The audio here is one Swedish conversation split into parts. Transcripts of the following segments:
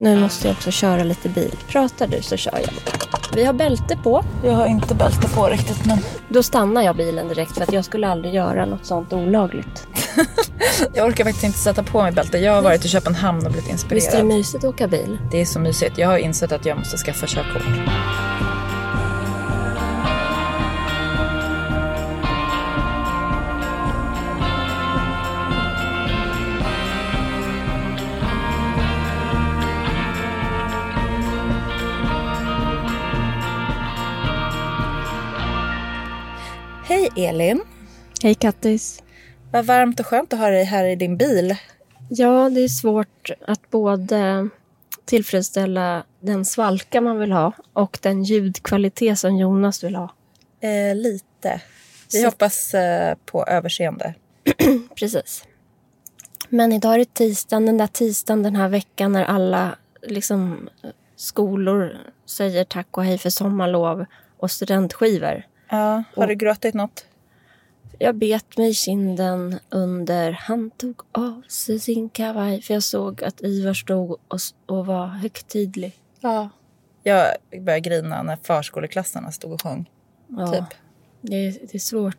Nu måste jag också köra lite bil. Pratar du så kör jag. Vi har bälte på. Jag har inte bälte på riktigt men Då stannar jag bilen direkt för att jag skulle aldrig göra något sånt olagligt. jag orkar faktiskt inte sätta på mig bälte. Jag har varit i Köpenhamn och blivit Visst är det inspirerad. mysigt att åka bil? Det är så mysigt. Jag har insett att jag måste skaffa körkort. Hej Elin! Hej Kattis. Vad varmt och skönt att ha dig här i din bil. Ja, det är svårt att både tillfredsställa den svalka man vill ha och den ljudkvalitet som Jonas vill ha. Eh, lite. Vi Så- hoppas eh, på överseende. Precis. Men idag är det tisdagen, den där tisdagen den här veckan när alla liksom, skolor säger tack och hej för sommarlov och studentskivor. Ja, har Och- du gråtit något? Jag bet mig i kinden under han tog av sig sin kavaj för jag såg att Ivar stod och, s- och var högtidlig. Ja. Jag började grina när förskoleklassarna stod och sjöng. Ja, Typ. det, är, det är svårt.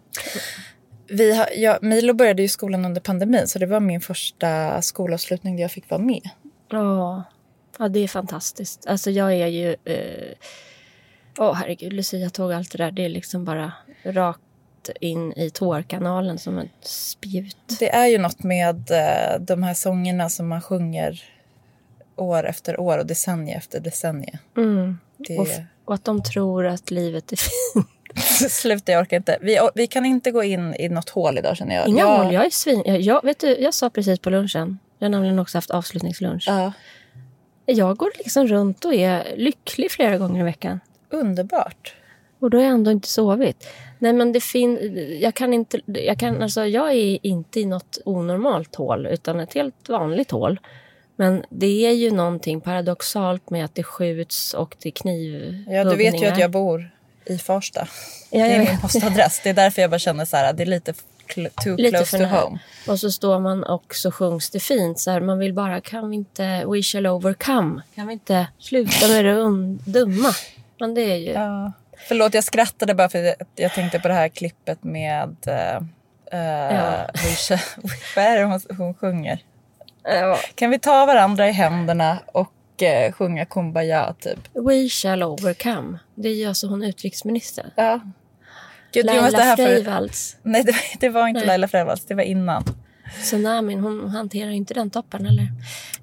Vi har, ja, Milo började ju skolan under pandemin så det var min första skolavslutning där jag fick vara med. Ja. ja, det är fantastiskt. Alltså jag är ju... Åh eh... åh, herregud, Lucia-tåg och allt det där. Det är liksom bara rakt in i tårkanalen som ett spjut. Det är ju något med eh, de här sångerna som man sjunger år efter år och decennium efter decennium. Mm. Det Och, f- och att de tror att livet är fint. Sluta, jag orkar inte. Vi, vi kan inte gå in i något hål idag känner jag. Inga jag, hål, jag är svin... Jag, jag, vet du, jag sa precis på lunchen, jag har nämligen också haft avslutningslunch. Ja, Jag går liksom runt och är lycklig flera gånger i veckan. underbart. Och då har jag ändå inte sovit. Nej men det fin... Jag kan inte... Jag, kan, alltså, jag är inte i något onormalt hål utan ett helt vanligt hål. Men det är ju någonting paradoxalt med att det skjuts och det är knivhuggningar. Ja, du vet ju att jag bor i Farsta. Ja, det jag är min vet. postadress. Det är därför jag bara känner så här, det är lite cl- too Lite close för to nära. home. Och så står man och så sjungs det fint. Så här, man vill bara, kan vi inte... We shall overcome. Kan vi inte sluta med det und- dumma? Men det är ju... Ja. Förlåt, jag skrattade bara för att jag tänkte på det här klippet med... eh, eh, Ja. we shall- Vad är det hon, hon sjunger? Ja. Kan vi ta varandra i händerna och eh, sjunga Kumbaya, typ? We shall overcome. Det är ju alltså hon utrikesminister. Ja. Gud, Jonas, det Laila här för... Freivalds. Nej, det, var- det var inte Nej. Laila Freivalds. Det var innan. Tsunamin, hon hanterar ju inte den toppen eller?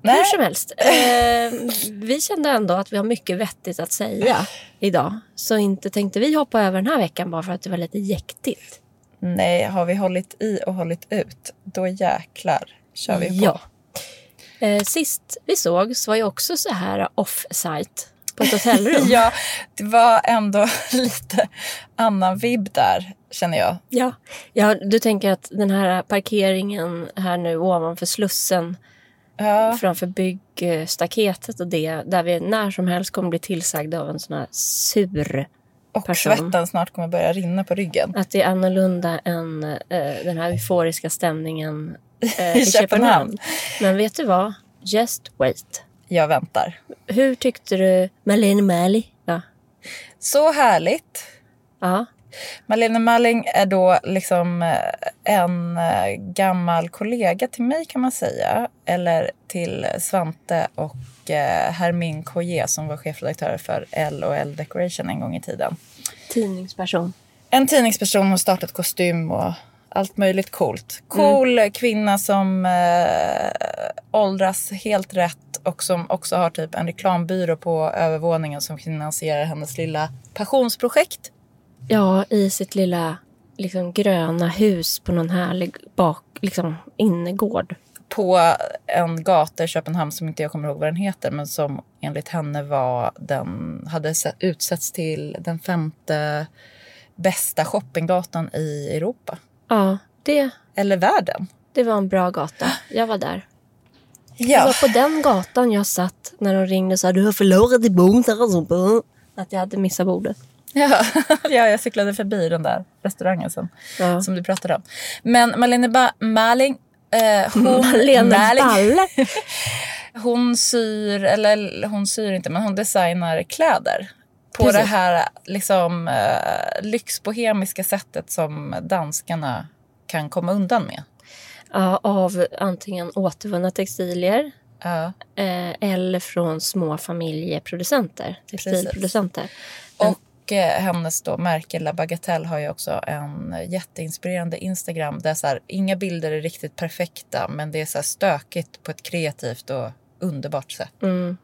Nej. Hur som helst. Eh, vi kände ändå att vi har mycket vettigt att säga idag. Så inte tänkte vi hoppa över den här veckan bara för att det var lite jäktigt. Nej, har vi hållit i och hållit ut, då jäklar kör vi på. Ja. Eh, sist vi sågs var ju också så här off-site på ett hotellrum. Ja, det var ändå lite annan vibb där, känner jag. Ja. ja, du tänker att den här parkeringen här nu ovanför Slussen Ja, framför byggstaketet och det där vi när som helst kommer bli tillsagda av en sån här sur och person. svetten snart kommer börja rinna på ryggen. att det är annorlunda än eh, den här euforiska stämningen eh, I i Köpenhamn. Köpenhamn. Men vet du vad? Just wait. Jag väntar. Hur tyckte du Malene Mali? Ja. Så härligt. ja. Malene Malling är då liksom eh, en eh, gammal kollega till mig kan man säga. Eller till Svante och eh, Hermin Coyer som var chefredaktör för L&L Decoration en gång i tiden. Tidningsperson. en tidningsperson har startat kostym och allt möjligt coolt. Cool kvinna som eh, åldras helt rätt och som också har typ en reklambyrå på övervåningen som finansierar hennes lilla passionsprojekt. Ja, i sitt lilla liksom, gröna hus på någon härlig bak, liksom, innergård. På en gata i Köpenhamn som inte jag kommer ihåg vad den heter men som enligt henne var den hade se- utsetts till den femte bästa shoppinggatan i Europa. Ja, det, Eller världen. det var en bra gata. Jag var där. Det Ja. var på den gatan jag satt när de ringde och sa du har förlorat ditt bord. här och så på." Att jag hade missat bordet. Ja, ja, jag cyklade förbi den där restaurangen sen, Ja. som du pratade om. Men Malene ba- Maling, eh, hon, Malene Maling, Balle. Hon syr, eller hon syr inte, men hon designar kläder. På Precis. det här liksom, eh, lyxbohemiska sättet som danskarna kan komma undan med. Ja, av antingen återvunna textilier Ja. eh, eller från små familjeproducenter, textilproducenter. Och eh, hennes då märke La Bagatelle har ju också en jätteinspirerande Instagram där så här, inga bilder är riktigt perfekta men det är så här stökigt på ett kreativt och underbart sätt. Mm.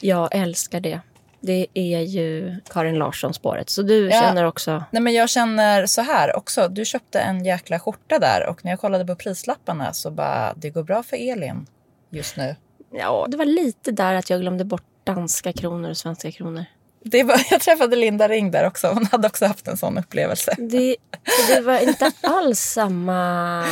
Jag älskar det. Det är ju Karin Larsson-spåret. Så du Ja. känner också... Nej men jag känner så här också, du köpte en jäkla skjorta där och när jag kollade på prislapparna så bara det går bra för Elin just nu. Ja, det var lite där att jag glömde bort danska kronor och svenska kronor. Det var, jag träffade Linda Ring där också, hon hade också haft en sån upplevelse. Det, så det var inte alls samma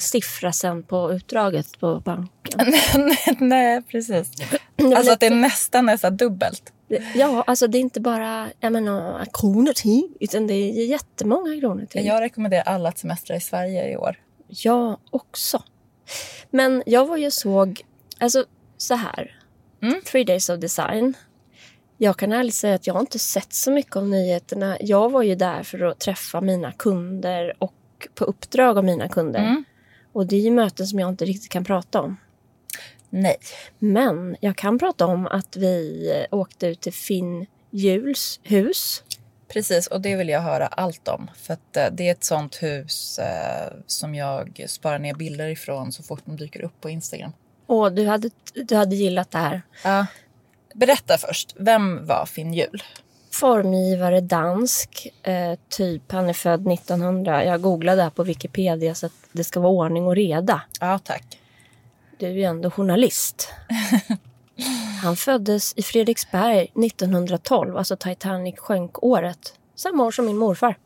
siffra sen på utdraget på banken. nej, nej precis. Det var Alltså att det nästan är så här dubbelt. lite- Ja, alltså det är inte bara jag menar, kronor till, utan det är jättemånga kronor till. Jag rekommenderar alla att semestra i Sverige i år. Jag också. Men jag var ju såg, alltså så här. Mm. Three Days of Design. Jag kan ärligt säga att jag har inte sett så mycket av nyheterna. Jag var ju där för att träffa mina kunder och på uppdrag av mina kunder. Mm. Och det är ju möten som jag inte riktigt kan prata om. Nej. Men jag kan prata om att vi eh, åkte ut till Finn Juls hus. Precis, och det vill jag höra allt om. För att eh, det är ett sånt hus eh, som jag sparar ner bilder ifrån så fort de dyker upp på Instagram. Och du hade, du hade gillat det här. Ja. Berätta först, vem var Finn Jul? formgivare dansk. Eh, typ, han är född 1900. Jag googlade här på Wikipedia så att det ska vara ordning och reda. Ja, tack. Du är ju ändå journalist. Han föddes i Fredriksberg 1912, alltså Titanic sjönk-året. Samma år som min morfar.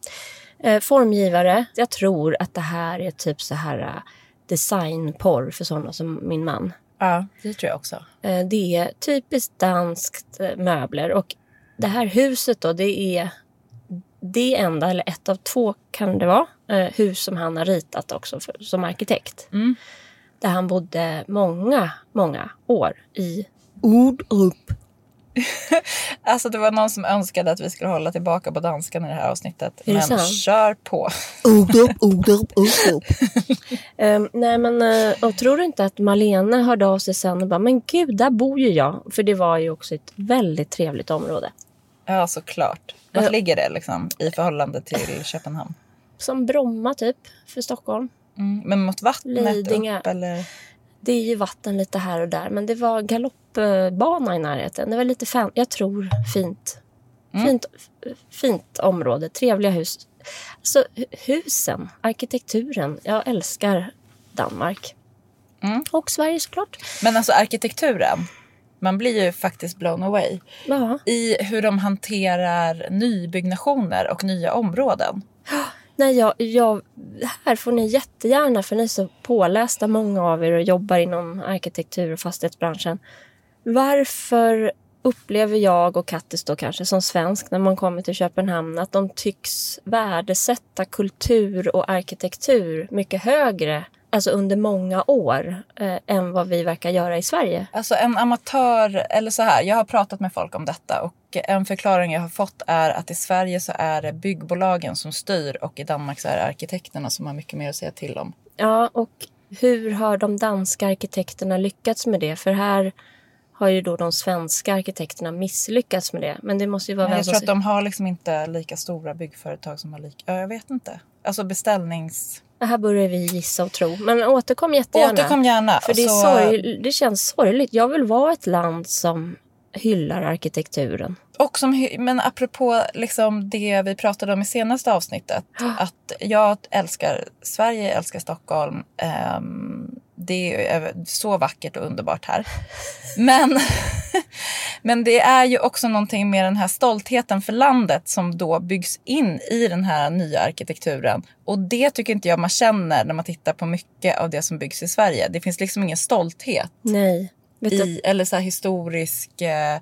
Eh, formgivare. Jag tror att det här är typ så här eh, designporr för sådana som min man. Ja, det tror jag också. Eh, Det är typiskt danskt eh, möbler. Och det här huset då, det är det enda, eller ett av två kan det vara, eh, hus som han har ritat också för, som arkitekt. Mm. Där han bodde många, många år i Orup. Alltså det var någon som önskade att vi skulle hålla tillbaka på danskan i det här avsnittet. det men sant? kör på. Orup, Orup, Orup. nej men, eh, och tror du inte att Malena hörde av sig sen och bara, men gud, där bor ju jag. För det var ju också ett väldigt trevligt område. Ja, såklart. Vart Ja. ligger det liksom i förhållande till Köpenhamn? Som Bromma typ, för Stockholm. Mm. Men mot vattnet Lidingö. upp eller? Det är ju vatten lite här och där, men det var galoppbana i närheten. Det var lite, fan, jag tror, fint. Mm. Fint, f- fint område, trevliga hus. Alltså hu- husen, arkitekturen. Jag älskar Danmark. Mm. Och Sverige såklart. Men alltså arkitekturen. Man blir ju faktiskt blown away. Ja. i hur de hanterar nybyggnationer och nya områden. Nej, jag, jag, här får ni jättegärna, för ni är så pålästa många av er och jobbar inom arkitektur och fastighetsbranschen. Varför upplever jag och Kattis då kanske som svensk när man kommer till Köpenhamn att de tycks värdesätta kultur och arkitektur mycket högre, alltså under många år, eh, än vad vi verkar göra i Sverige? Alltså en amatör, eller så här, jag har pratat med folk om detta och en förklaring jag har fått är att i Sverige så är det byggbolagen som styr och i Danmark så är det arkitekterna som har mycket mer att säga till om. Ja, och hur har de danska arkitekterna lyckats med det? För här har ju då de svenska arkitekterna misslyckats med det. Men alltså, det måste ju vara Men vem jag som... tror att de har liksom inte lika stora byggföretag som har lika, ja, jag vet inte. Alltså beställnings... Ja, Här börjar vi gissa och tro. Men återkom jättegärna. Återkom Alltså- gärna. För det, är så- sorg... det känns sorgligt. Jag vill vara ett land som hyllar arkitekturen. Och som, hy- men apropå liksom det vi pratade om i senaste avsnittet. Att jag älskar Sverige, jag älskar Stockholm. Ehm, det är så vackert och underbart här. Men, men det är ju också någonting med den här stoltheten för landet som då byggs in i den här nya arkitekturen. Och det tycker inte jag man känner när man tittar på mycket av det som byggs i Sverige. Det finns liksom ingen stolthet Nej. Vet du, i, eller så här historisk eh,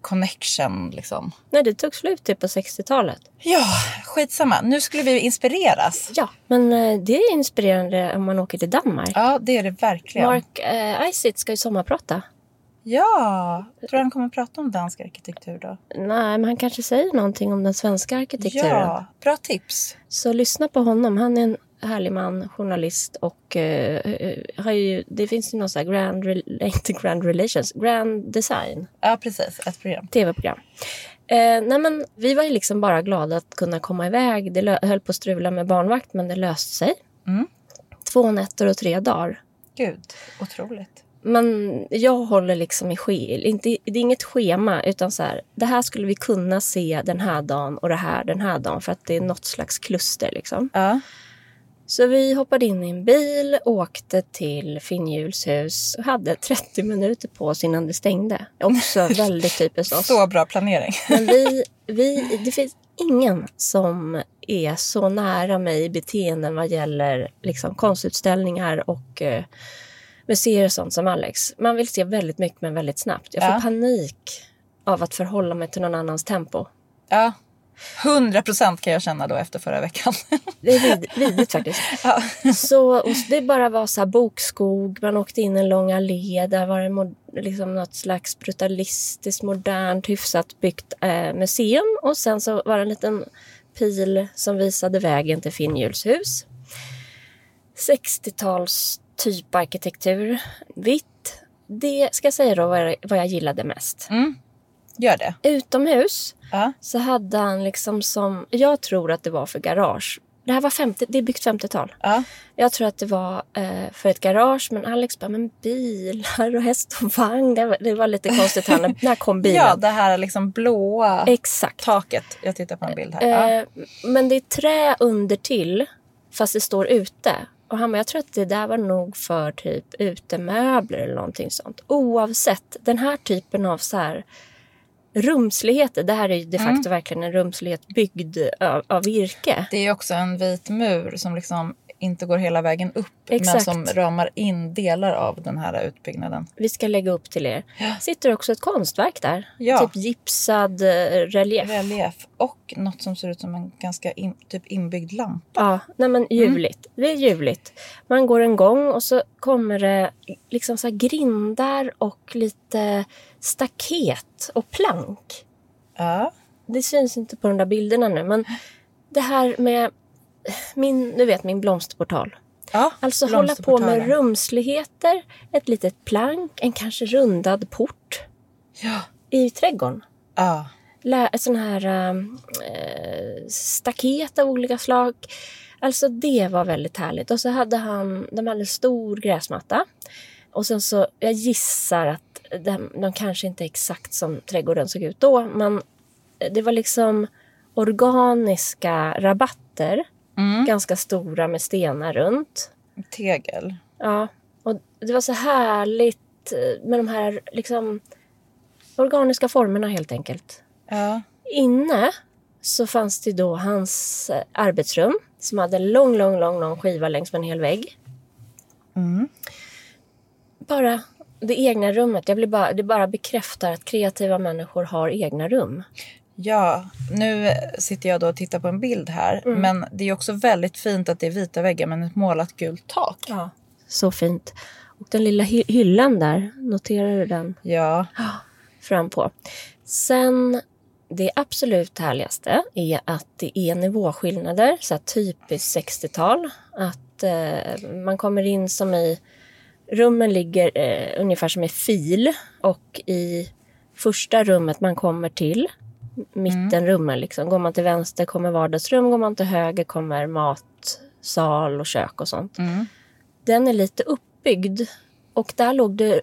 connection liksom. Nej, det tog slut typ på 60-talet. Ja, skitsamma. Nu skulle vi inspireras. Ja, men eh, det är inspirerande om man åker till Danmark. Ja, det är det verkligen. Mark eh, Isitt ska ju sommarprata. Ja, tror du han kommer prata om dansk arkitektur då? Nej, men han kanske säger någonting om den svenska arkitekturen. Ja, bra tips. Så lyssna på honom. Han är en härlig man, journalist och eh, eh, har ju, det finns ju någon sån här grand, re- inte grand relations, grand design, Ja, precis. Ett program. tv-program. Eh, nej men, vi var ju liksom bara glada att kunna komma iväg. Det lö- höll på att strula med barnvakt men det löste sig. Mm. Två nätter och tre dagar. Gud, otroligt. Men jag håller liksom i ske, inte, det är inget schema utan så här, det här skulle vi kunna se den här dagen och det här den här dagen för att det är något slags kluster liksom. Ja. Så vi hoppade in i en bil, åkte till Finnhjuls hus och hade 30 minuter på oss innan det stängde. Också väldigt typiskt oss. Så bra planering. Men vi, vi, det finns ingen som är så nära mig i beteenden vad gäller liksom, konstutställningar och eh, museer och sånt som Alex. Man vill se väldigt mycket men väldigt snabbt. Jag får Ja. panik av att förhålla mig till någon annans tempo. Ja. 100 procent kan jag känna då efter förra veckan. Det är vid, vidrigt faktiskt. Ja. Så, och det bara var så här bokskog, man åkte in en lång allé. Där var det mod, liksom något slags brutalistiskt, modernt, hyfsat byggt eh, museum. Och sen så var det en liten pil som visade vägen till Finnhjuls hus. 60-tals typ arkitektur, vitt. Det ska jag säga då vad jag, vad jag gillade mest. Mm. Gör det. Utomhus Ja. så hade han liksom som, jag tror att det var för garage. Det här var 50, det är byggt 50-tal. Ja. Jag tror att det var eh, för ett garage, men Alex bara, men bilar och häst och vagn. Det var, det var lite konstigt här, när, när kom bilen? ja, det här liksom blåa Exakt. taket. Jag tittar på en bild här. Ja. Eh, men det är trä under till fast det står ute. Och han bara, jag tror att det där var nog för typ utemöbler eller någonting sånt. Oavsett, den här typen av så här rumsligheter, det här är ju de facto Mm. verkligen en rumslighet byggd av, av virke. Det är också en vit mur som liksom inte går hela vägen upp men Exakt. som ramar in delar av den här utbyggnaden. Vi ska lägga upp till er. Sitter också ett konstverk där. Ja. Typ gipsad eh, relief. Relief och något som ser ut som en ganska in, typ inbyggd lampa. Ja, nej Mm. men ljuvligt. Det är ljuvligt. Man går en gång och så kommer det liksom så här grindar och lite staket och plank. Ja. Det syns inte på de där bilderna nu, men det här med min, du vet, min blomsterportal. ja. Alltså hålla på med Blomsterportalen. rumsligheter, ett litet plank, en kanske rundad port Ja. i trädgården. ja. Lä- sån här ehm, eh, staket av olika slag. Alltså det var väldigt härligt. Och så hade han, de hade en stor gräsmatta. Och sen så, jag gissar att de, de kanske inte är exakt som trädgården såg ut då, men det var liksom organiska rabatter. Mm. Ganska stora med stenar runt. Tegel. Ja, och det var så härligt eh, med de här liksom organiska formerna helt enkelt. Ja. Inne så fanns det då hans eh, arbetsrum som hade en lång, lång, lång, lång skiva längs med en hel vägg. Mm. Bara det egna rummet. Jag blir bara, det bara bekräftar att kreativa människor har egna rum. Ja, nu sitter jag då och tittar på en bild här. Mm. Men det är också väldigt fint att det är vita väggar men ett målat gult tak. Ja. Så fint. Och den lilla hy- hyllan där, noterar du den? Ja. fram på. Sen det absolut härligaste är att det är nivåskillnader, så här typiskt 60-tal. Att eh, man kommer in som i... Rummen ligger eh, ungefär som i fil och i första rummet man kommer till, mittenrummen liksom, går man till vänster kommer vardagsrum, går man till höger kommer matsal och kök och sånt. Mm. Den är lite uppbyggd och där låg det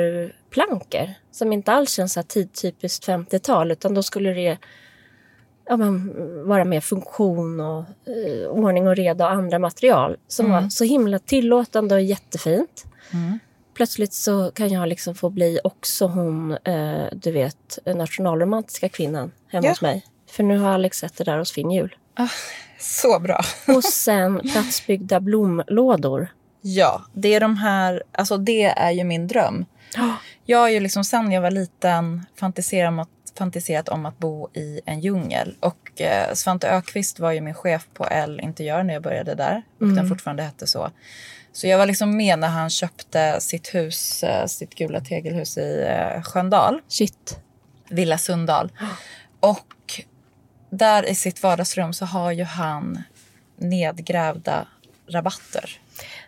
furuplanker som inte alls känns så här tidtypiskt 50-tal utan då skulle det ja, men, vara mer funktion och eh, ordning och reda och andra material som var så himla tillåtande och jättefint. Mm. Plötsligt så kan jag liksom få bli också hon, eh, du vet, nationalromantiska kvinnan hemma Ja. hos mig. För nu har Alex sett det där hos Finn Hjul. Så bra. Och sen platsbyggda blomlådor. Ja, det är de här, alltså det är ju min dröm. Jag har ju liksom sen jag var liten fantiserat om att, fantiserat om att bo i en djungel. Och eh, Svante Ökvist var ju min chef på L Interiör när jag började där. Och den fortfarande hette så. Så jag var liksom med när han köpte sitt hus, eh, sitt gula tegelhus i eh, Sköndal. Shit. Villa Sundal. Och där i sitt vardagsrum så har ju han nedgrävda rabatter.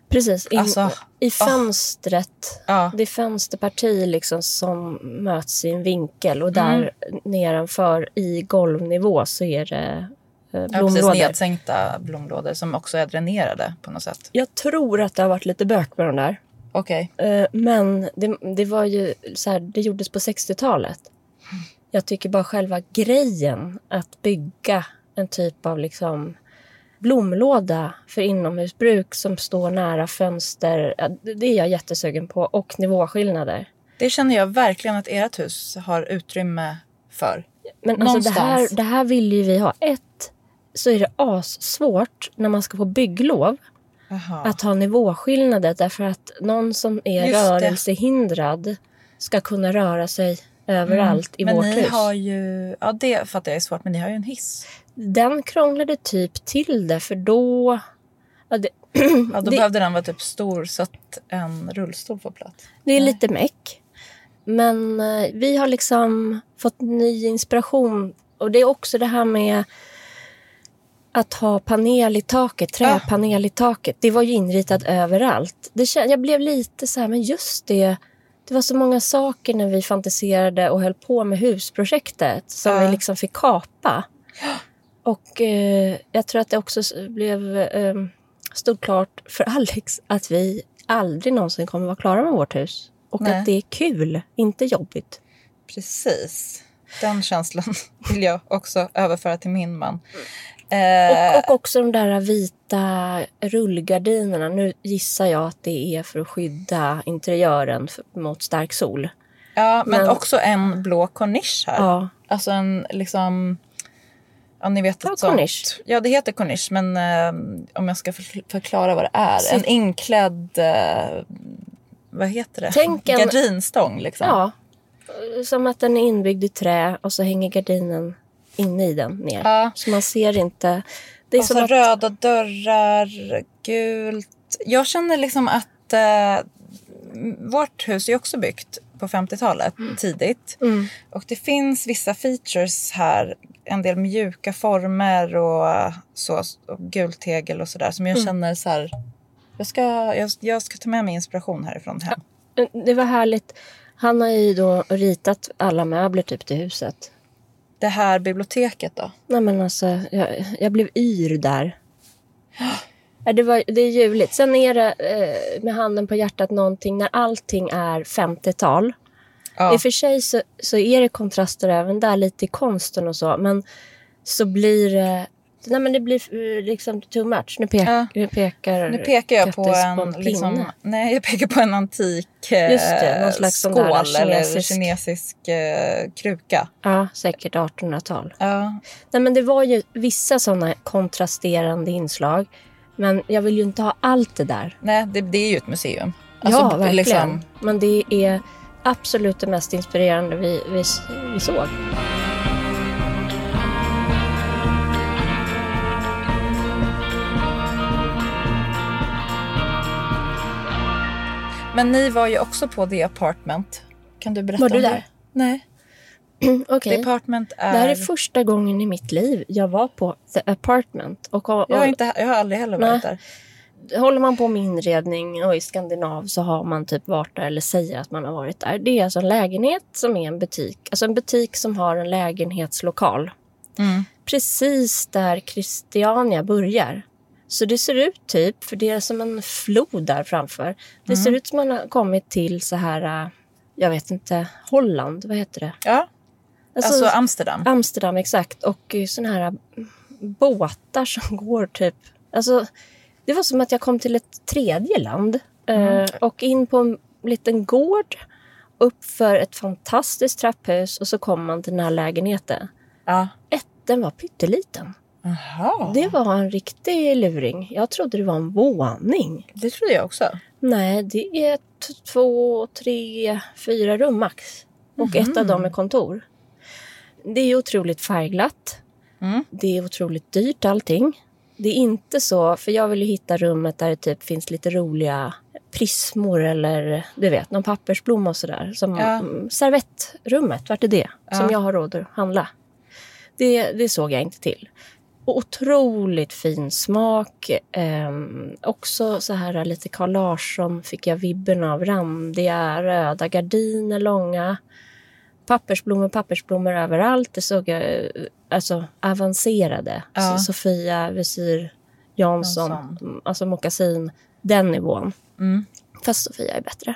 Precis. In, Alltså, I fönstret. Ja, Det är fönsterparti liksom som möts i en vinkel och där Mm. nedanför i golvnivå så är det eh, ja precis. blomlådor. Nedsänkta blomlådor som också är dränerade på något sätt. jag tror att det har varit lite bök med de där. Okej. Eh, Men det, det var ju så här, det gjordes på 60-talet. Jag tycker bara själva grejen att bygga en typ av liksom blomlåda för inomhusbruk som står nära fönster. ja, det- Det är jag jättesugen på. Och nivåskillnader. Det känner jag verkligen att ert hus har utrymme för. Men alltså det, här, Någonstans. det här vill ju vi ha. Ett, så är det assvårt när man ska få bygglov Jaha. att ha nivåskillnader därför att någon som är Just det. rörelsehindrad ska kunna röra sig överallt i Mm. men vårt ni hus. har ju... Ja, det fattar jag är svårt, men ni har ju en hiss. Den krånglade typ till det för då... Ja, det, Ja, då Mm. Det- behövde den vara typ stor så att en rullstol får plats. det är Nej. lite meck. Men eh, vi har liksom fått ny inspiration. Och det är också det här med att ha panel i taket, träpanel i taket. Det var ju inritat överallt. Det kän- jag blev lite så här, men just det. Det var så många saker när vi fantiserade och höll på med husprojektet som Ja. vi liksom fick kapa. Och eh, jag tror att det också s- blev, eh, stod klart för Alex att vi aldrig någonsin kommer vara klara med vårt hus. Och Nej. att det är kul, inte jobbigt. Precis. Den känslan vill jag också överföra till min man. Mm. Eh, Och, och också de där vita rullgardinerna. Nu gissar jag att det är för att skydda interiören f- mot stark sol. ja, men, men- också en blå kornisch här. Ja, Alltså en liksom... Ja, ni vet Ja, ett sånt- kornisch. Ja, det heter kornisch, men eh, om jag ska för- förklara vad det är. Sitt- En inklädd... Eh, vad heter det? Tänk en- Gardinstång liksom. ja. Eh, Som att den är inbyggd i trä och så hänger gardinen inne i den ner. Ja. Så man ser inte. Det är och som så att, röda dörrar, gult. Jag känner liksom att eh, vårt hus är också byggt på 50-talet tidigt. mm, Och det finns vissa features här. En del mjuka former och, eh, så, och gult tegel och sådär. Som jag Mm. känner så här. Jag ska, jag, jag ska ta med mig inspiration härifrån hem. det var härligt. Han har ju då ritat alla möbler typ till huset. Det här biblioteket då? Nej men alltså, jag, jag blev yr där. Ja, Det, var, det är ljuvligt. Sen är det eh, med handen på hjärtat någonting när allting är 50-tal. I Ja. och för sig så, så är det kontraster även där, lite i konsten och så. Men så blir det... Nej men det blir eh, liksom too much. Nu, pek, Ja. nu pekar Nu pekar jag på Kattis en, pinne. liksom, nej, jag pekar på en antik eh, Just det, någon slags sån skål där eller kinesisk- kinesisk eh, kruka. Ja, säkert 1800-tal. Ja. Nej, men det var ju vissa sådana kontrasterande inslag. Men jag vill ju inte ha allt det där. Nej, det, det är ju ett museum. ja, verkligen. liksom- Alltså, Men det är absolut det mest inspirerande vi, vi, vi såg. men ni var ju också på The Apartment. Kan du berätta Var du om där? det? Nej. Okej. The Apartment är... Det här är första gången i mitt liv jag var på The Apartment. Och, och, jag, har inte, jag har aldrig heller varit Nej. där. håller man på med inredning och i Skandinav så har man typ varit där eller säger att man har varit där. Det är alltså en lägenhet som är en butik. Alltså en butik som har en lägenhetslokal. Mm. precis där Christiania börjar. Så det ser ut typ, för det är som en flod där framför. Det ser ut som man har kommit till så här, äh, jag vet inte, Holland, vad heter det? Ja, Alltså, alltså Amsterdam. Amsterdam, exakt. Och sådana här äh, båtar som går typ, alltså det var som att jag kom till ett tredje land eh, och in på en liten gård upp för ett fantastiskt trapphus och så kom man till den här lägenheten. Ja. Ett, den var pytteliten. Jaha, det... Det var en riktig luring. Jag trodde det var en våning. trodde jag också. Nej, det är t- två, tre, fyra rum max. Och ett av Mhm. dem är kontor. Det är otroligt färgglatt. Mm. Det är otroligt dyrt allting. Det är inte så, för jag vill ju hitta rummet där det typ finns lite roliga prismor eller du vet, någon pappersblomma och sådär. Som Ja. mm, servettrummet, vart är det? Som Ja. jag har råd att handla. Det, det såg jag inte till. Och Otroligt fin smak. Ehm, också så här lite Carl Larsson fick jag vibben av. Randiga röda gardiner, långa. Pappersblommor, pappersblommor överallt. Det såg jag, eh, alltså avancerade. Ja. Så Sofia, Visir, Jansson, Jansson. alltså mockasin. Den nivån. Mm. Fast Sofia är bättre.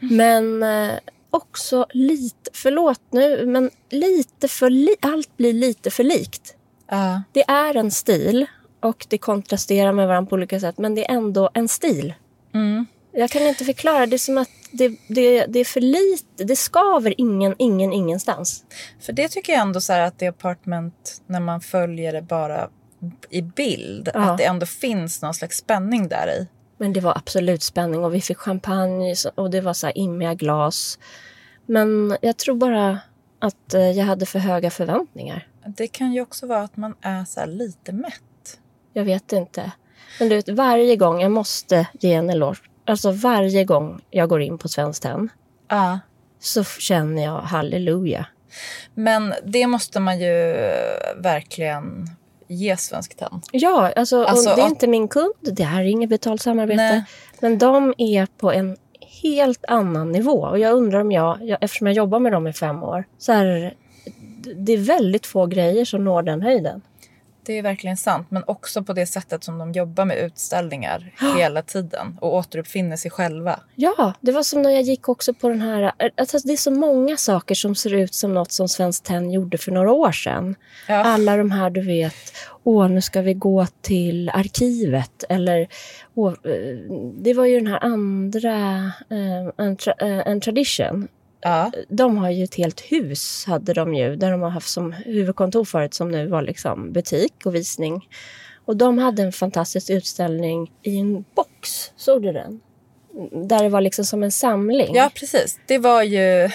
Men eh, också lite, förlåt nu, men lite för li- allt blir lite för likt. Ja. Det är en stil och det kontrasterar med varandra på olika sätt, men det är ändå en stil. Mm. Jag kan inte förklara, det är som att det, det, det är för lite, det skaver ingen, ingen, ingenstans. För det tycker jag ändå så här att The Apartment, när man följer det bara i bild, Ja. att det ändå finns någon slags spänning där i. Men det var absolut spänning och vi fick champagne så- och det var så här immiga glas. Men jag tror bara att eh, jag hade för höga förväntningar. Det kan ju också vara att man är så här lite mätt. Jag vet inte. Men du vet, varje gång, jag måste ge en eloge. Alltså varje gång jag går in på Svenskt Tenn Ja. så f- känner jag halleluja. Men det måste man ju verkligen ge Svensk Tenn. Ja, alltså, och Alltså, det är och- inte min kund. Det här är inget betalt samarbete. Nej. Men de är på en helt annan nivå. Och jag undrar om jag, jag eftersom jag jobbar med dem i fem år, så här, d- det är väldigt få grejer som når den höjden. Det är verkligen sant, men också på det sättet som de jobbar med utställningar hela tiden och återuppfinner sig själva. Ja, det var som när jag gick också på den här... Alltså, det är så många saker som ser ut som något som Svenskt Tenn gjorde för några år sedan. Ja. Alla de här, du vet, åh, nu ska vi gå till arkivet. Eller, åh, eh, det var ju den här andra, eh, en, tra, eh, en tradition. Ja. De har ju ett helt hus, hade de ju, där de har haft som huvudkontor förut, som nu var liksom butik och visning. Och de hade en fantastisk utställning i en box, såg du den? Där det var liksom som en samling, ja, precis. Det var ju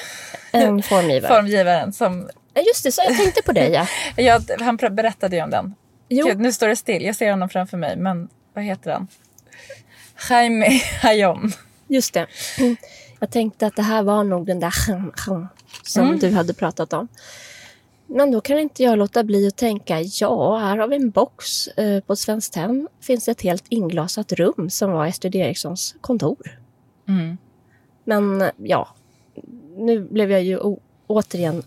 en formgivare. formgivaren som... Ja, Just det, så jag tänkte på dig ja. Ja, han pr- berättade ju om den. Jo, Gud, nu står det still. Jag ser honom framför mig, men vad heter han? Jaime Hayom. Just det. Mm. Jag tänkte att det här var nog den där som du hade pratat om. Men då kan inte jag låta bli att tänka, ja, här har vi en box eh, på Svenskt Tenn. finns ett helt inglasat rum som var Estrid Erikssons kontor. Mm. Men eh, ja, nu blev jag ju o- återigen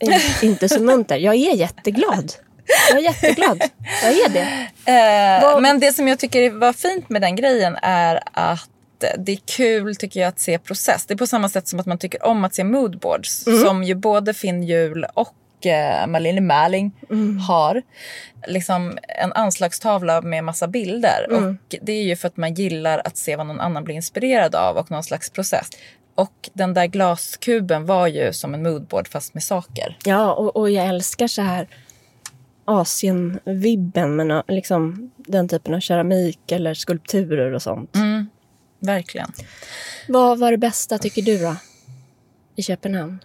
in- inte så munter. Jag är jätteglad. Jag är jätteglad. Jag är det. Eh, Vad- Men det som jag tycker var fint med den grejen är att det är kul tycker jag att se process. Det är på samma sätt som att man tycker om att se moodboards som ju både Finn Hjul och eh, Malini Märling har. Liksom en anslagstavla med massa bilder. Och det är ju för att man gillar att se vad någon annan blir inspirerad av och någon slags process. Och den där glaskuben var ju som en moodboard fast med saker. Ja, och, och jag älskar så här Asien-vibben med nå- liksom, den typen av keramik eller skulpturer och sånt. Verkligen. Vad var det bästa tycker du då? I Köpenhamn?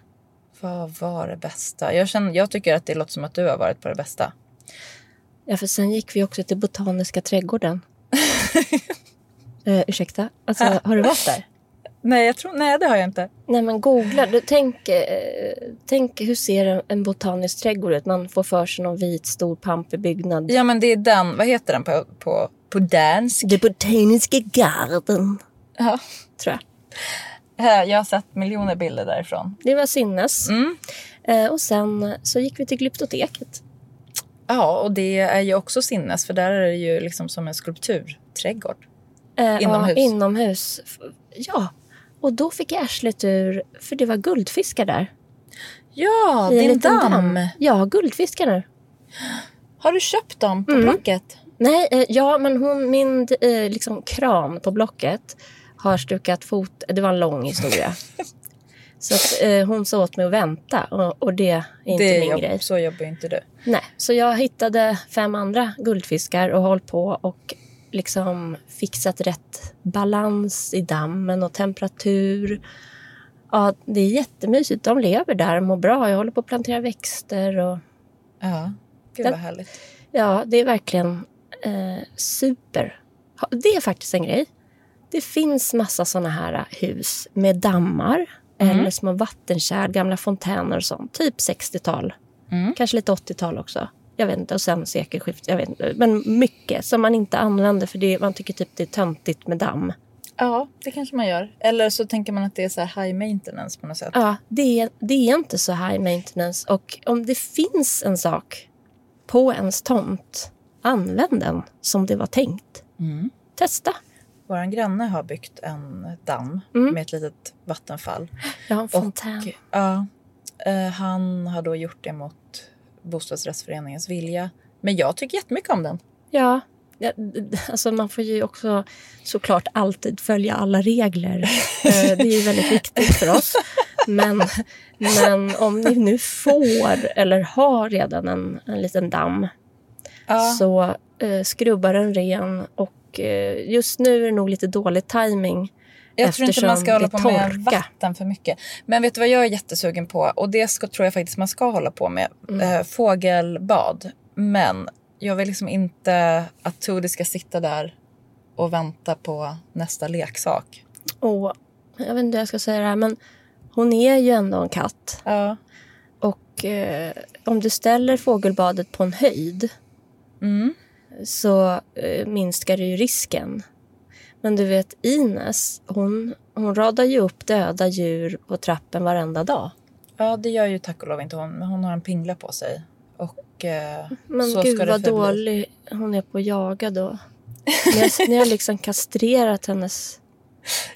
Vad var det bästa? Jag, känner, jag tycker att det låter som att du har varit på det bästa. Ja, för sen gick vi också till Botaniska trädgården. eh, ursäkta? Alltså, har du varit där? Nej, jag tror, nej det har jag inte. Nej, men googla. Du, tänk, eh, tänk, hur ser en, en botanisk trädgård ut? Man får för sig någon vit, stor, pampig byggnad. Ja, men det är den. Vad heter den på, på, på dansk? Det botaniska garden, Ja. tror jag. Här, Jag har sett miljoner bilder därifrån. Det var sinnes. Mm. Eh, och sen så gick vi till Glyptoteket. Ja, och det är ju också sinnes, för där är det ju liksom som en skulpturträdgård. Eh, Inomhus. Ja, inomhus. F- Ja. Och då fick jag arslet ur, för det var guldfiskar där. Ja, I en din liten damm. Ja, guldfiskar där. Har du köpt dem på Mm. Blocket? Nej, eh, ja, men hon, min eh, liksom, kran på Blocket har stukat fot. Det var en lång historia. så att, eh, hon sa åt mig att vänta och, och det är inte det är min jobb, grej. Så jobbar ju inte du. Nej, så jag hittade fem andra guldfiskar och håll på och liksom fixat rätt balans i dammen och temperatur. Ja, det är jättemysigt. De lever där och mår bra. Jag håller på att plantera växter. Och, Ja. Gud Den- vad härligt. ja, det är verkligen eh, super. Ha- Det är faktiskt en grej. Det finns massa såna här eh, hus med dammar Mm. eller små vattenkärl, gamla fontäner och sånt. Typ 60-tal. Mm. Kanske lite 80-tal också. Jag vet inte, och sen sekelskiftet. Jag vet inte. Men mycket som man inte använder för det, man tycker typ det är töntigt med damm. Ja, det kanske man gör. Eller så tänker man att det är så här high maintenance på något sätt. Ja, det är, det är inte så high maintenance. Och om det finns en sak på ens tomt, använd den som det var tänkt. Mm. Testa. Vår granne har byggt en damm Mm. med ett litet vattenfall. Jag har en fontän. Och, ja, eh, han har då gjort det mot bostadsrättsföreningens vilja. Men jag tycker jättemycket om den. Ja, ja, d- d- alltså man får ju också såklart alltid följa alla regler. Eh, Det är ju väldigt viktigt för oss. Men, men om ni nu får eller har redan en, en liten damm Ja. så eh, skrubba den ren. Och eh, just nu är det nog lite dålig timing. Jag tror inte eftersom man ska hålla det på med torka. vatten för mycket. Men vet du vad jag är jättesugen på? Och det ska, tror jag faktiskt man ska hålla på med. Mm. Eh, fågelbad. Men jag vill liksom inte att Todi ska sitta där och vänta på nästa leksak. Och, jag vet inte hur jag ska säga det här, men hon är ju ändå en katt. Ja. Och eh, om du ställer fågelbadet på en höjd Mm. så eh, minskar du ju risken. Men du vet, Ines, hon, hon radar ju upp döda djur på trappen varenda dag. ja, det gör ju tack och lov inte hon. Men hon har en pingla på sig. Och eh, Men så gud ska det vad förbli. dålig hon är på att jaga då. Ni har, ni har liksom kastrerat hennes...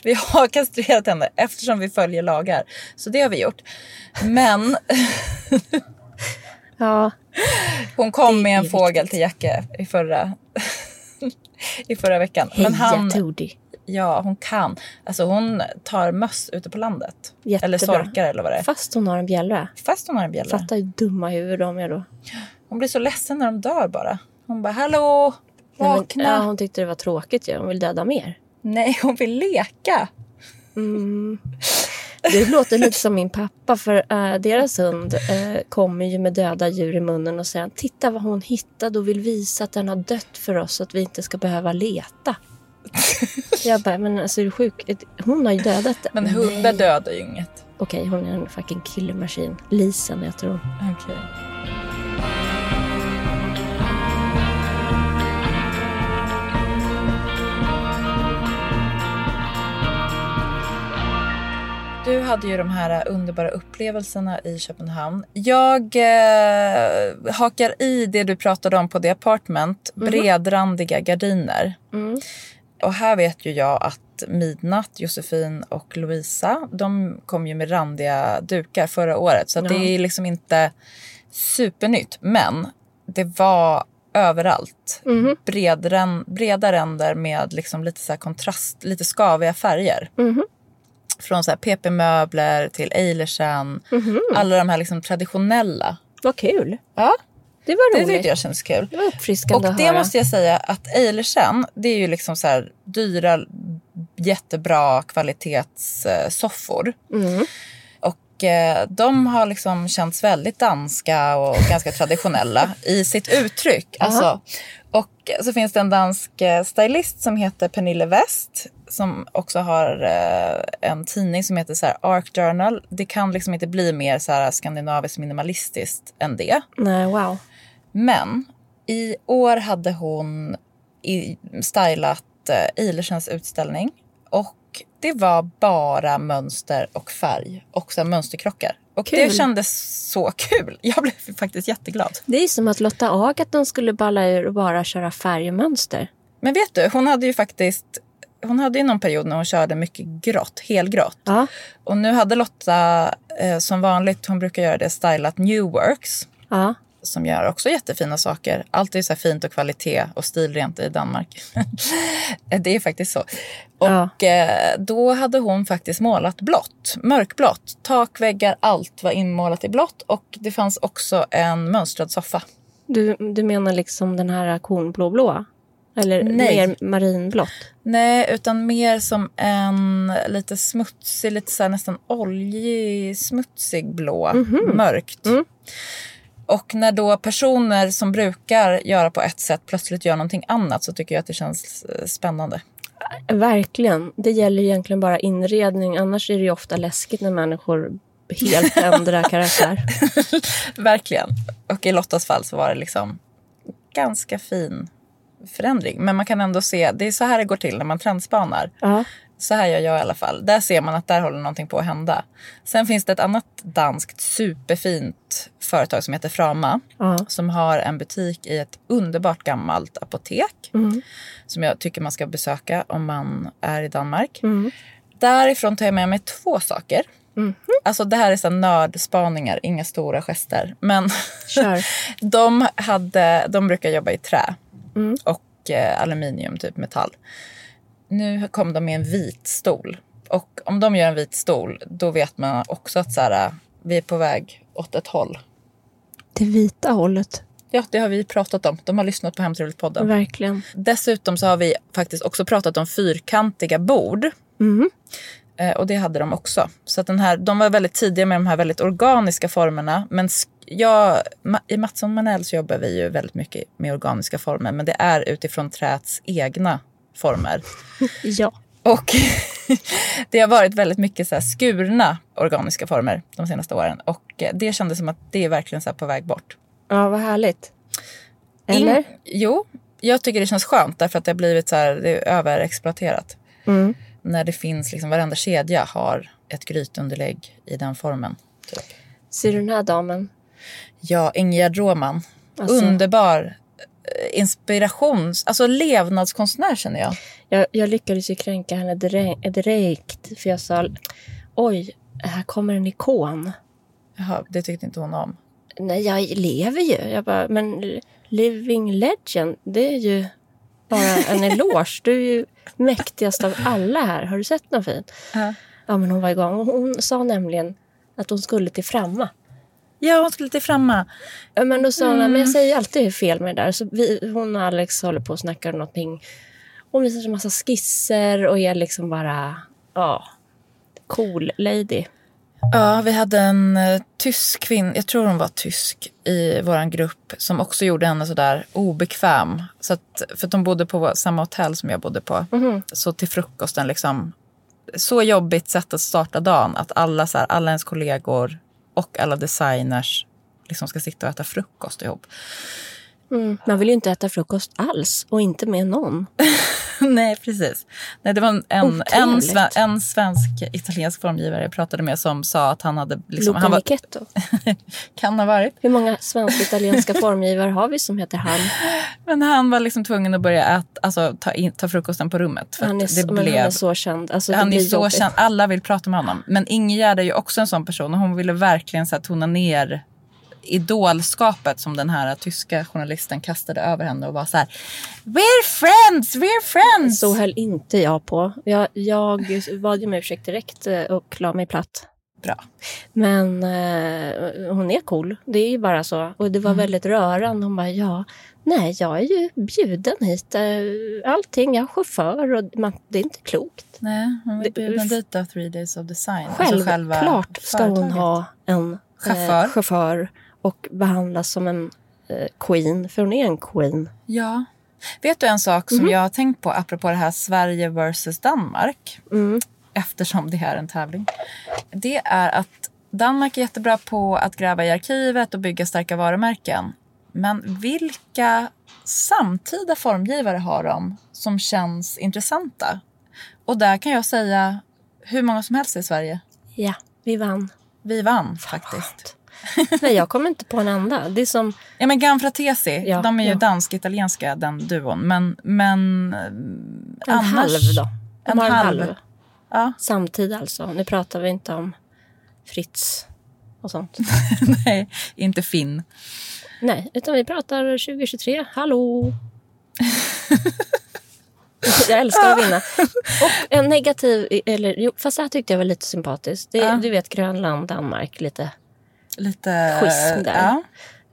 Vi har kastrerat henne eftersom vi följer lagar. Så det har vi gjort. Men Ja, Hon kom Det med är en viktigt. fågel till Jacke i förra, i förra veckan. heja Men han, Tody. ja, hon kan. Alltså hon tar möss ute på landet. Jättebra. Eller sorkar eller vad det är. Fast hon har en bjällra. Fast hon har en bjällra. Fatta hur dumma huvud de är då. Hon blir så ledsen när de dör bara. Hon bara hallå, Nej, men- vakna. ja, hon tyckte det var tråkigt ju. Hon vill döda mer. Nej, hon vill leka. Mm. Du låter lite som min pappa, för eh, deras hund eh, kommer ju med döda djur i munnen och säger titta vad hon hittade och vill visa att den har dött för oss så att vi inte ska behöva leta. Jag bara, men alltså är du sjuk? Hon har ju dödat den. Men hundar Nej. dödar ju inget. Okej, hon är en fucking killer machine. Lisen heter hon. Okej. Du hade ju de här underbara upplevelserna i Köpenhamn. Jag eh, hakar i det du pratade om på The Apartment, Mhm. bredrandiga gardiner. Mm. Och här vet ju jag att Midnatt, Josefin och Louisa, de kom ju med randiga dukar förra året. Så att Ja. det är liksom inte supernytt. Men det var överallt. Mhm, Bredren, breda ränder med liksom lite så här kontrast, lite skaviga färger. mhm, Från så här PP-möbler till Eilersen. mhm. Alla de här liksom traditionella. Vad kul! Ja, Det var det roligt. tyckte jag kändes kul. Det var uppfriskande och att det höra. måste jag säga att Eilersen, det är ju liksom så här dyra, jättebra kvalitetssoffor. Mm. Och eh, de har liksom känts väldigt danska och ganska traditionella i sitt uttryck. Alltså. Och så finns det en dansk eh, stylist som heter Pernille West som också har eh, en tidning som heter så här Arc Journal. Det kan liksom inte bli mer så här skandinaviskt minimalistiskt än det. Nej, wow. Men i år hade hon i, stylat eh, Eilersens utställning och det var bara mönster och färg och sen mönsterkrockar. Och Kul. det kändes så kul. Jag blev faktiskt jätteglad. Det är som att Lotta Agaton skulle balla ur och bara köra färg och mönster. Men vet du, hon hade ju faktiskt hon hade ju någon period när hon körde mycket grått, helgrått. Ja. Och nu hade Lotta eh, som vanligt, hon brukar göra det, stylat New Works Ja. som gör också jättefina saker. Allt är så här fint och kvalitet och stilrent i Danmark. det är faktiskt så. Ja. Och eh, då hade hon faktiskt målat blått, mörkblått. Tak, väggar, allt var inmålat i blått och det fanns också en mönstrad soffa. Du, du menar liksom den här kornblå-blåa? Eller Nej. mer marinblått? Nej, utan mer som en lite smutsig, lite så här nästan oljig, smutsig blå. Mörkt. Mm. Och när då personer som brukar göra på ett sätt plötsligt gör någonting annat så tycker jag att det känns eh, spännande. Verkligen. Det gäller ju egentligen bara inredning. Annars är det ju ofta läskigt när människor helt ändrar karaktär. Verkligen. Och i Lottas fall så var det liksom ganska fin förändring. Men man kan ändå se, det är så här det går till när man trendspanar. Ja. Så här gör jag i alla fall. Där ser man att där håller någonting på att hända. Sen finns det ett annat danskt superfint företag som heter Frama. Ja. Som har en butik i ett underbart gammalt apotek. Mm. Som jag tycker man ska besöka om man är i Danmark. Mm. Därifrån tar jag med mig två saker. Mhm. Alltså det här är så här nördspaningar, inga stora gester. Men Kör. de, hade, de brukar jobba i trä Mm. och eh, aluminium, typ metall. Nu kom de med en vit stol. Och om de gör en vit stol, då vet man också att så här, eh, vi är på väg åt ett håll. Det vita hållet. Ja, det har vi pratat om. De har lyssnat på Mm. Hemtrevligt-podden. Verkligen. Dessutom så har vi faktiskt också pratat om fyrkantiga bord. Mm. Eh, Och det hade de också. Så att den här, de var väldigt tidiga med de här väldigt organiska formerna. Men sk- jag, Ma- I Mattsson Manell så jobbar vi ju väldigt mycket med organiska former. Men det är utifrån träts egna former. Ja. Och det har varit väldigt mycket så här skurna organiska former de senaste åren. Och eh, det kändes som att det är verkligen så här på väg bort. Ja, vad härligt. In- Eller? Jo, jag tycker det känns skönt därför att det har blivit så här, det är överexploaterat. Mm. När det finns liksom, varenda kedja har ett grytunderlägg i den formen. Typ. Ser du den här damen? Ja, Ingegerd Råman. Alltså- Underbar eh, inspirations... Alltså levnadskonstnär känner jag. Jag, jag lyckades ju kränka henne dire- direkt. För jag sa, oj, här kommer en ikon. Jaha, det tyckte inte hon om. Nej, jag lever ju. Jag bara, men living legend, det är ju bara en eloge. Du är ju mäktigast av alla här. Har du sett något fint? Ja, men hon var igång. Hon, hon sa nämligen att hon skulle till Framma. Ja, hon skulle till Framma. Ja, Men då sa hon, men Mm. jag säger alltid hur fel med det där. Så vi, hon och Alex håller på och snackar om någonting. Hon visar en massa skisser och är liksom bara, ja, cool lady. Ja, vi hade en eh, tysk kvinna, jag tror hon var tysk, i vår grupp som också gjorde henne sådär obekväm. Så att, för att de bodde på samma hotell som jag bodde på. Mhm. Så till frukosten liksom. Så jobbigt sätt att starta dagen. Att alla, så här, alla ens kollegor och alla designers liksom ska sitta och äta frukost ihop. Mm. Man vill ju inte äta frukost alls och inte med någon. Nej, precis. Nej, det var en, en, en, Otroligt. sven, en svensk italiensk formgivare jag pratade med som sa att han hade... Liksom, Luca han var, Micchetto. kan ha varit. Hur många svensk-italienska formgivare har vi som heter han? Men han var liksom tvungen att börja äta, alltså, ta, in, ta frukosten på rummet. För Han är, att det så, blev, men han är så känd. Alltså, det han är blir så jobbigt. känd. Alla vill prata med honom. Men Ingegärd är ju också en sån person. Och hon ville verkligen så här, tona ner idolskapet som den här tyska journalisten kastade över henne och var så här We're friends, we're friends! Så höll inte jag på. Jag, jag bad ju om ursäkt direkt eh, och la mig platt. Bra. Men eh, hon är cool. Det är ju bara så. Och det var Mm. väldigt rörande. Hon bara, ja, nej, jag är ju bjuden hit. eh, Allting, jag har chaufför och man, det är inte klokt. Nej, hon var Det- bjuden dit av Three Days of Design. alltså Självklart ska hon företaget. ha en Chaufför. Eh, chaufför och behandlas som en eh, queen, för hon är en queen. Ja. Vet du en sak Mhm. som jag har tänkt på apropå det här Sverige versus Danmark? Mm. eftersom det är en tävling. Det är att Danmark är jättebra på att gräva i arkivet och bygga starka varumärken. Men vilka samtida formgivare har de som känns intressanta? Och där kan jag säga hur många som helst i Sverige. Ja, vi vann. Vi vann faktiskt. Nej, jag kommer inte på en enda. Det är som, Ja men Gan Fratesi, Ja, de är ju ja. dansk-italienska den duon. Men, men eh, En annars... halv då. De En har halv. Ja. Samtid alltså. Nu pratar vi inte om Fritz och sånt. Nej, inte Finn. Nej, utan vi pratar 2023. Hallå! jag älskar att vinna. Och en negativ, eller jo, fast det här tyckte jag var lite sympatiskt. Det, Ja. Du vet Grönland, Danmark lite. Lite... Schism där. Ja.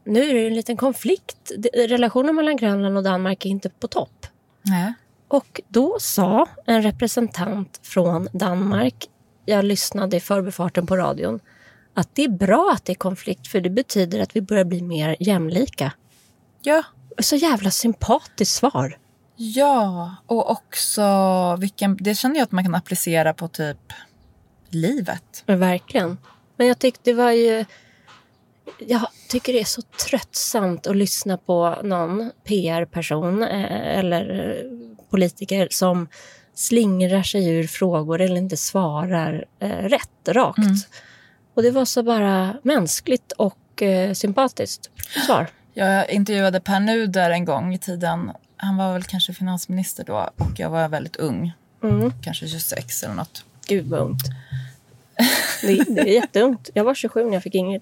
Nu är det ju en liten konflikt. Det- Relationen mellan Grönland och Danmark är inte på topp. Nej. Och då sa en representant från Danmark, jag lyssnade i förbifarten på radion, att det är bra att det är konflikt för det betyder att vi börjar bli mer jämlika. Ja. Så jävla sympatiskt svar. Ja, och också vilken... Det känner jag att man kan applicera på typ livet. Men verkligen. Men jag tyckte det var ju... Jag tycker det är så tröttsamt att lyssna på någon PR-person eh, eller politiker som slingrar sig ur frågor eller inte svarar eh, rätt, rakt. Mm. Och det var så bara mänskligt och eh, sympatiskt svar. Jag intervjuade Per Nuder en gång i tiden. Han var väl kanske finansminister då och jag var väldigt ung, Mm. kanske 26 eller något. Gud vad ungt. Det, det är jätteungt. Jag var 27 när jag fick Ingrid.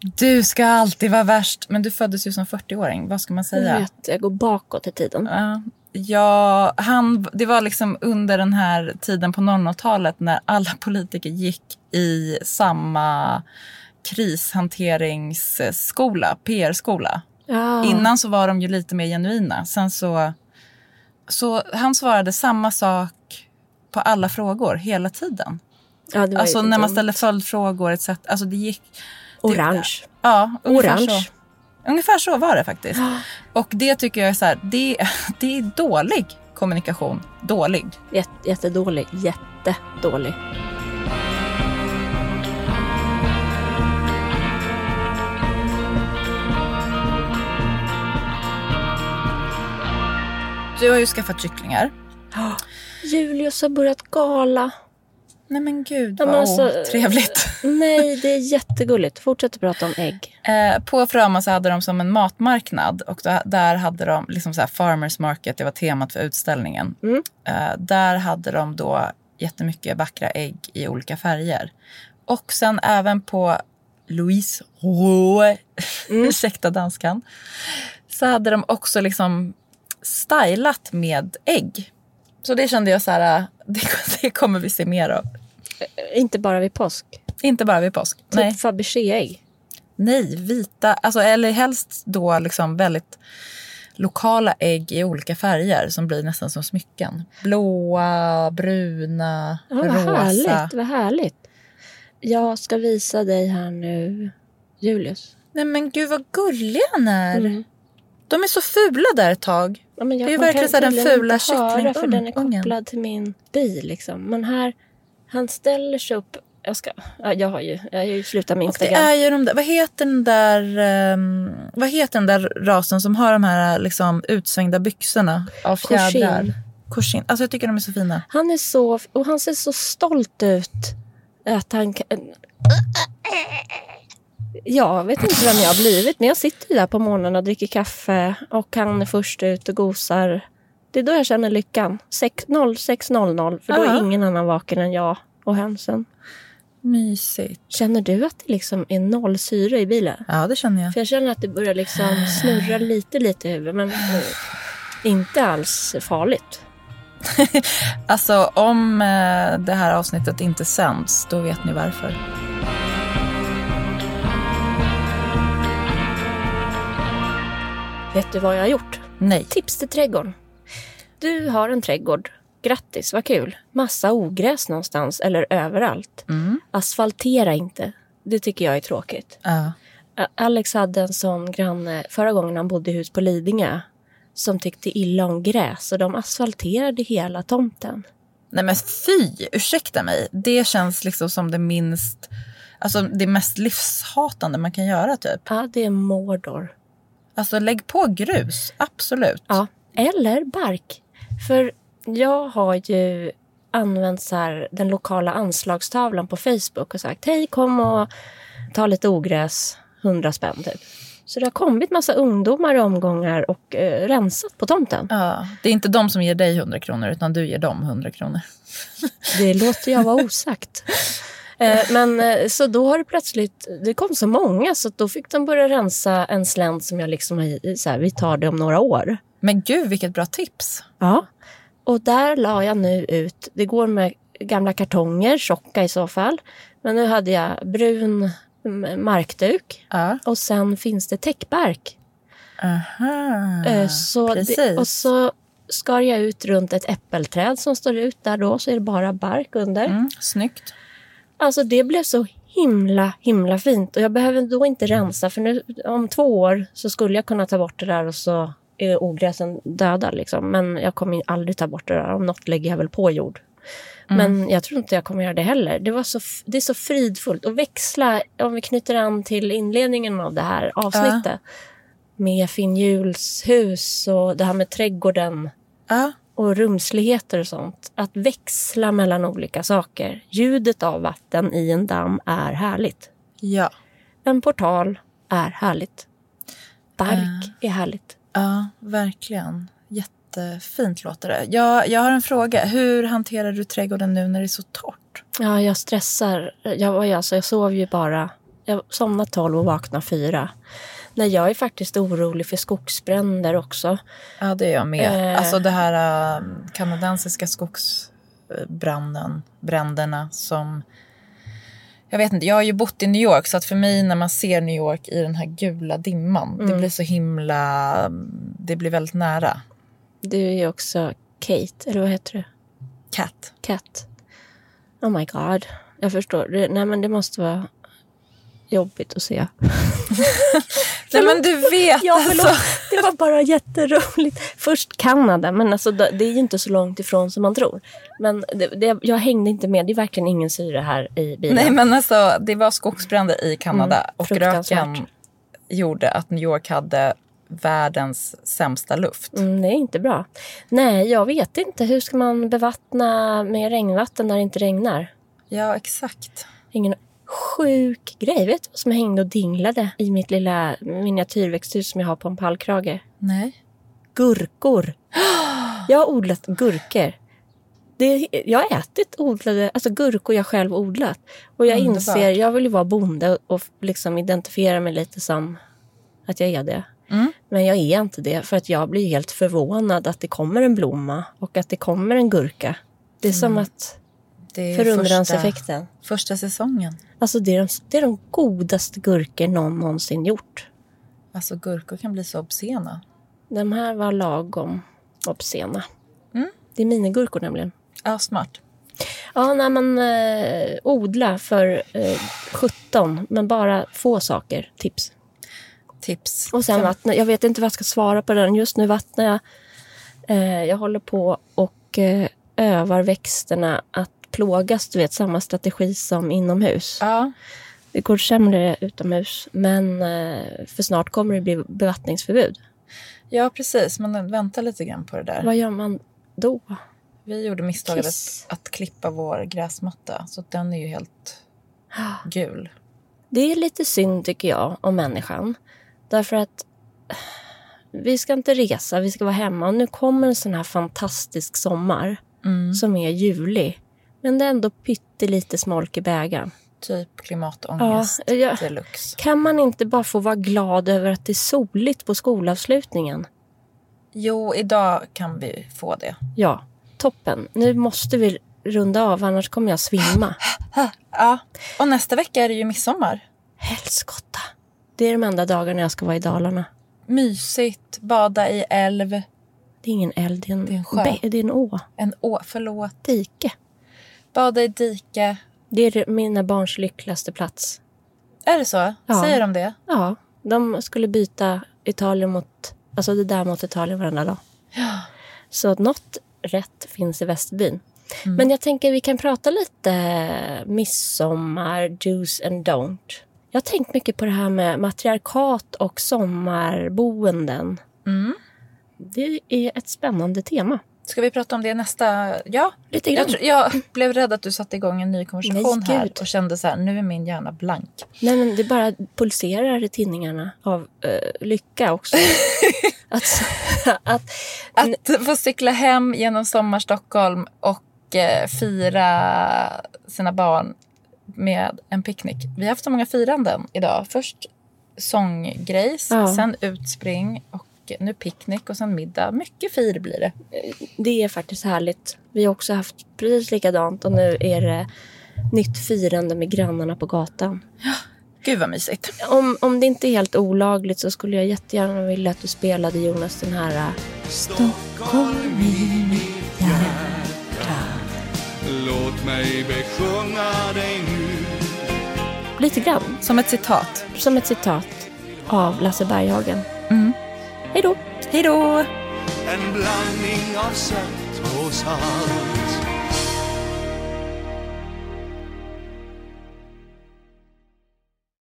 Du ska alltid vara värst! Men du föddes ju som 40-åring. Vad ska man Jag, säga? vet, jag går bakåt i tiden. Ja, ja, han, det var liksom under den här tiden på 00-talet när alla politiker gick i samma krishanteringsskola, PR-skola. Ja. Innan så var de ju lite mer genuina. Sen så, så han svarade samma sak på alla frågor hela tiden. Ja, det var Alltså ju när man dumt. ställde följdfrågor etc. Alltså det gick... Orange. Ja, ungefär Orange. så. Ungefär så var det faktiskt. Ja. Och det tycker jag är så här, det, det är dålig kommunikation. Dålig. Jätte, jättedålig. Jättedålig. Du har ju skaffat kycklingar. Julius har börjat gala. Nej men gud Ja, vad men alltså- trevligt. Nej, det är jättegulligt. Fortsätt prata om ägg. Eh, på Fröma så hade de som en matmarknad och då, där hade de liksom så här farmers market, det var temat för utställningen. Mm. Eh, där hade de då jättemycket vackra ägg i olika färger. Och sen även på Louise Roe, Mm. ursäkta danskan, så hade de också liksom stylat med ägg. Så det kände jag så här, eh, det, det kommer vi se mer av. Inte bara vid påsk. Inte bara vid påsk. Typ Fabergé-ägg. Nej, vita. Alltså, eller helst då liksom väldigt lokala ägg i olika färger som blir nästan som smycken. Blåa, bruna, Ja, vad rosa. härligt, vad härligt. Jag ska visa dig här nu, Julius. Nej men gud vad gulliga han är. Mm. De är så fula där ett tag. Ja, men jag, Det är ju man verkligen kan så här den tydligen fula inte höra, för den är kycklingungen. kopplad till min bil. Liksom. Men här, han ställer sig upp. Jag, ska, ja, jag har ju, jag har ju slutat med Och det Instagram. är ju de där, vad heter den där, ehm, vad heter den där rasen som har de här liksom utsvängda byxorna av fjädrar? Korsin. Korsin. Alltså jag tycker de är så fina. Han är så, och han ser så stolt ut att han kan... Jag vet inte vem jag har blivit, men jag sitter ju där på morgonen och dricker kaffe och han är först ut och gosar. Det är då jag känner lyckan. 6.00, 6.00, för då är Ja. ingen annan vaken än jag och hönsen. Mysigt. Känner du att det liksom är noll syre i bilen? Ja det känner jag. För jag känner att det börjar liksom snurra lite, lite i huvudet, men eh, inte alls farligt. Alltså om eh, det här avsnittet inte sänds, då vet ni varför. Vet du vad jag har gjort? Nej. Tips till trädgården. Du har en trädgård. Grattis, vad kul. Massa ogräs någonstans eller överallt. Mm. Asfaltera inte. Det tycker jag är tråkigt. Ja. Ä- Alex hade en sån granne förra gången han bodde i hus på Lidingö som tyckte illa om gräs och de asfalterade hela tomten. Nej men fy, ursäkta mig. Det känns liksom som det minst, alltså det mest livshatande man kan göra typ. Ja, det är Mordor. Alltså lägg på grus, absolut. Ja. Eller bark. För jag har ju använt så här, den lokala anslagstavlan på Facebook och sagt hej kom och ta lite ogräs, 100 spänn typ. Så det har kommit massa ungdomar i omgångar och eh, rensat på tomten. Ja. Det är inte de som ger dig 100 kronor, utan du ger dem 100 kronor. Det låter jag vara osagt. Eh, Men eh, så då har det plötsligt, det kom så många så att då fick de börja rensa en slänt som jag liksom har i- så här, vi tar det om några år. Men gud vilket bra tips. Ja. Och där la jag nu ut, det går med gamla kartonger, tjocka i så fall. Men nu hade jag brun mm, markduk Ja. och sen finns det täckbark. Aha, Eh, Så det, Ah, precis. och så skar jag ut runt ett äppelträd som står ut där då, så är det bara bark under. mm, snyggt. Alltså det blev så himla, himla fint. Och jag behöver då inte rensa, för nu, om två år så skulle jag kunna ta bort det där och så är ogräsen döda. Liksom. Men jag kommer ju aldrig ta bort det där. Om något lägger jag väl på jord. Men jag tror inte jag kommer göra det heller. Det, var så, f- det är så fridfullt. Och växla, om vi knyter an till inledningen av det här avsnittet. Med finjulshus och det här med trädgården Ja, och rumsligheter och sånt. Att växla mellan olika saker. Ljudet av vatten i en damm är härligt. ja, En portal är härligt. Bark är härligt. ja, verkligen. Jättefint låter det. Jag, jag har en fråga. Hur hanterar du trädgården nu när det är så torrt? Ja, jag stressar. Jag, var ju- alltså, jag sov ju bara... Jag somnade tolv och vaknade fyra. Nej, jag är faktiskt orolig för skogsbränder också. Ja, det är jag med. Eh. Alltså det här eh, kanadensiska skogsbranden, bränderna som... Jag vet inte, jag har ju bott i New York så att för mig när man ser New York i den här gula dimman, det blir så himla... um, Det blir väldigt nära. Du är ju också Kate, eller vad heter du? Cat. Cat. Oh my god. Jag förstår. Det, nej, men det måste vara jobbigt att se. Nej men du vet Ja, förlåt. alltså. Det var bara jätteroligt. Först Kanada, men alltså, det det är ju inte så långt ifrån som man tror. Men det, det, jag hängde inte med. Det är verkligen ingen syre här i bilen. Nej men alltså det var skogsbränder i Kanada Mm, och fruktansvärt. röken gjorde att New York hade världens sämsta luft. Mm, det är inte bra. Nej, jag vet inte. Hur ska man bevattna med regnvatten när det inte regnar? Ja exakt. Ingen sjuk grej. Vet du vad som jag hängde och dinglade i mitt lilla miniatyrväxthus som jag har på en pallkrage? Nej. Gurkor. Jag har odlat gurkor. Det, jag har ätit odlade, alltså gurkor jag själv odlat. Och jag Underbart. inser, jag vill ju vara bonde och liksom identifiera mig lite som att jag är det. Mm. Men jag är inte det för att jag blir helt förvånad att det kommer en blomma och att det kommer en gurka. Det är som att Mm. Det är första, förundranseffekten. första säsongen. Alltså det är, de, det är de godaste gurkor någon någonsin gjort. Alltså gurkor kan bli så obscena. De här var lagom obscena. Mm. Det är minigurkor nämligen. Ja smart. Ja, när man eh, odlar för eh, 17, men bara få saker, tips. Tips. Och sen vattna. Jag vet inte vad jag ska svara på den. Just nu vattnar jag. Eh, jag håller på och eh, övar växterna att plågas, du vet, samma strategi som inomhus. Ja. Det går sämre utomhus, men eh, för snart kommer det bli bevattningsförbud. ja precis men vänta lite grann på det där. Vad gör man då? Vi gjorde misstaget Mm. Kiss. att, att klippa vår gräsmatta så att den är ju helt Ah. gul. Det är lite synd, tycker jag, om människan. Därför att eh, vi ska inte resa, vi ska vara hemma. Och nu kommer en sån här fantastisk sommar Mm. som är juli. Men det är ändå pyttelite smolk i bägaren. Typ klimatångest Ja, jag- deluxe. Kan man inte bara få vara glad över att det är soligt på skolavslutningen? Jo, idag kan vi få det. Ja, toppen. Nu måste vi runda av, annars kommer jag svimma. Ja. Och nästa vecka är det ju midsommar. Helskotta! Det är de enda dagarna jag ska vara i Dalarna. Mysigt, bada i älv, Det är ingen älv, det är en, Det är en sjö. bä- det är en å. en å, förlåt, Dike. bada i dike. Det är mina barns lyckligaste plats. Är det så? Ja. Säger de det? Ja, de skulle byta Italien mot, alltså det där mot Italien varenda dag. Så att något rätt finns i Västerbyn. Men jag tänker vi kan prata lite midsommar, do's and don't. Jag har tänkt mycket på det här med matriarkat och sommarboenden. Mm. Det är ett spännande tema. Ska vi prata om det nästa? Ja. Lite grann. Jag, tror, jag blev rädd att du satte igång en ny konversation Nej, här gud. och kände så här, nu är min hjärna blank. Nej, men det bara pulserar i tinningarna av eh, lycka också. att, att, Att få cykla hem genom sommarstockholm och eh, fira sina barn med en picknick. Vi har haft så många firanden idag. Först sånggrejs, Ja. sen utspring och nu picknick och sen middag. Mycket fir blir det. det är faktiskt härligt. Vi har också haft precis likadant och nu är det nytt firande med grannarna på gatan. Gud vad mysigt. Om, om det inte är helt olagligt så skulle jag jättegärna vilja att du spelade Jonas den här eh, Stockholm i mitt hjärta. Låt mig besjunga dig nu äh, Lite grann, Som ett citat. som ett citat av Lasse Berghagen. Mm. Hej då! Hej då! En blandning av sött och salt